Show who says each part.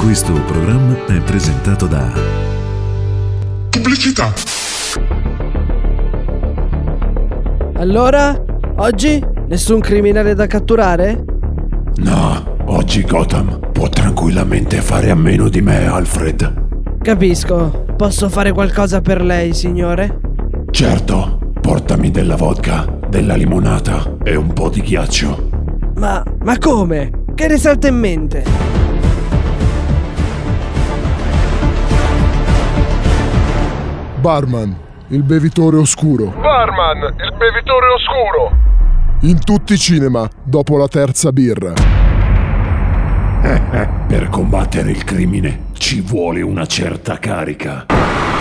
Speaker 1: Questo programma è presentato da
Speaker 2: Pubblicità.
Speaker 3: Allora, oggi nessun criminale da catturare?
Speaker 4: No, oggi Gotham può tranquillamente fare a meno di me, Alfred.
Speaker 3: Capisco. Posso fare qualcosa per lei, signore?
Speaker 4: Certo, portami della vodka, della limonata e un po' di ghiaccio.
Speaker 3: Ma, ma come? Che le salta in mente?
Speaker 2: Barman, il bevitore oscuro.
Speaker 5: Barman, il bevitore oscuro.
Speaker 2: In tutti i cinema, dopo la terza birra.
Speaker 4: Per combattere il crimine ci vuole una certa carica.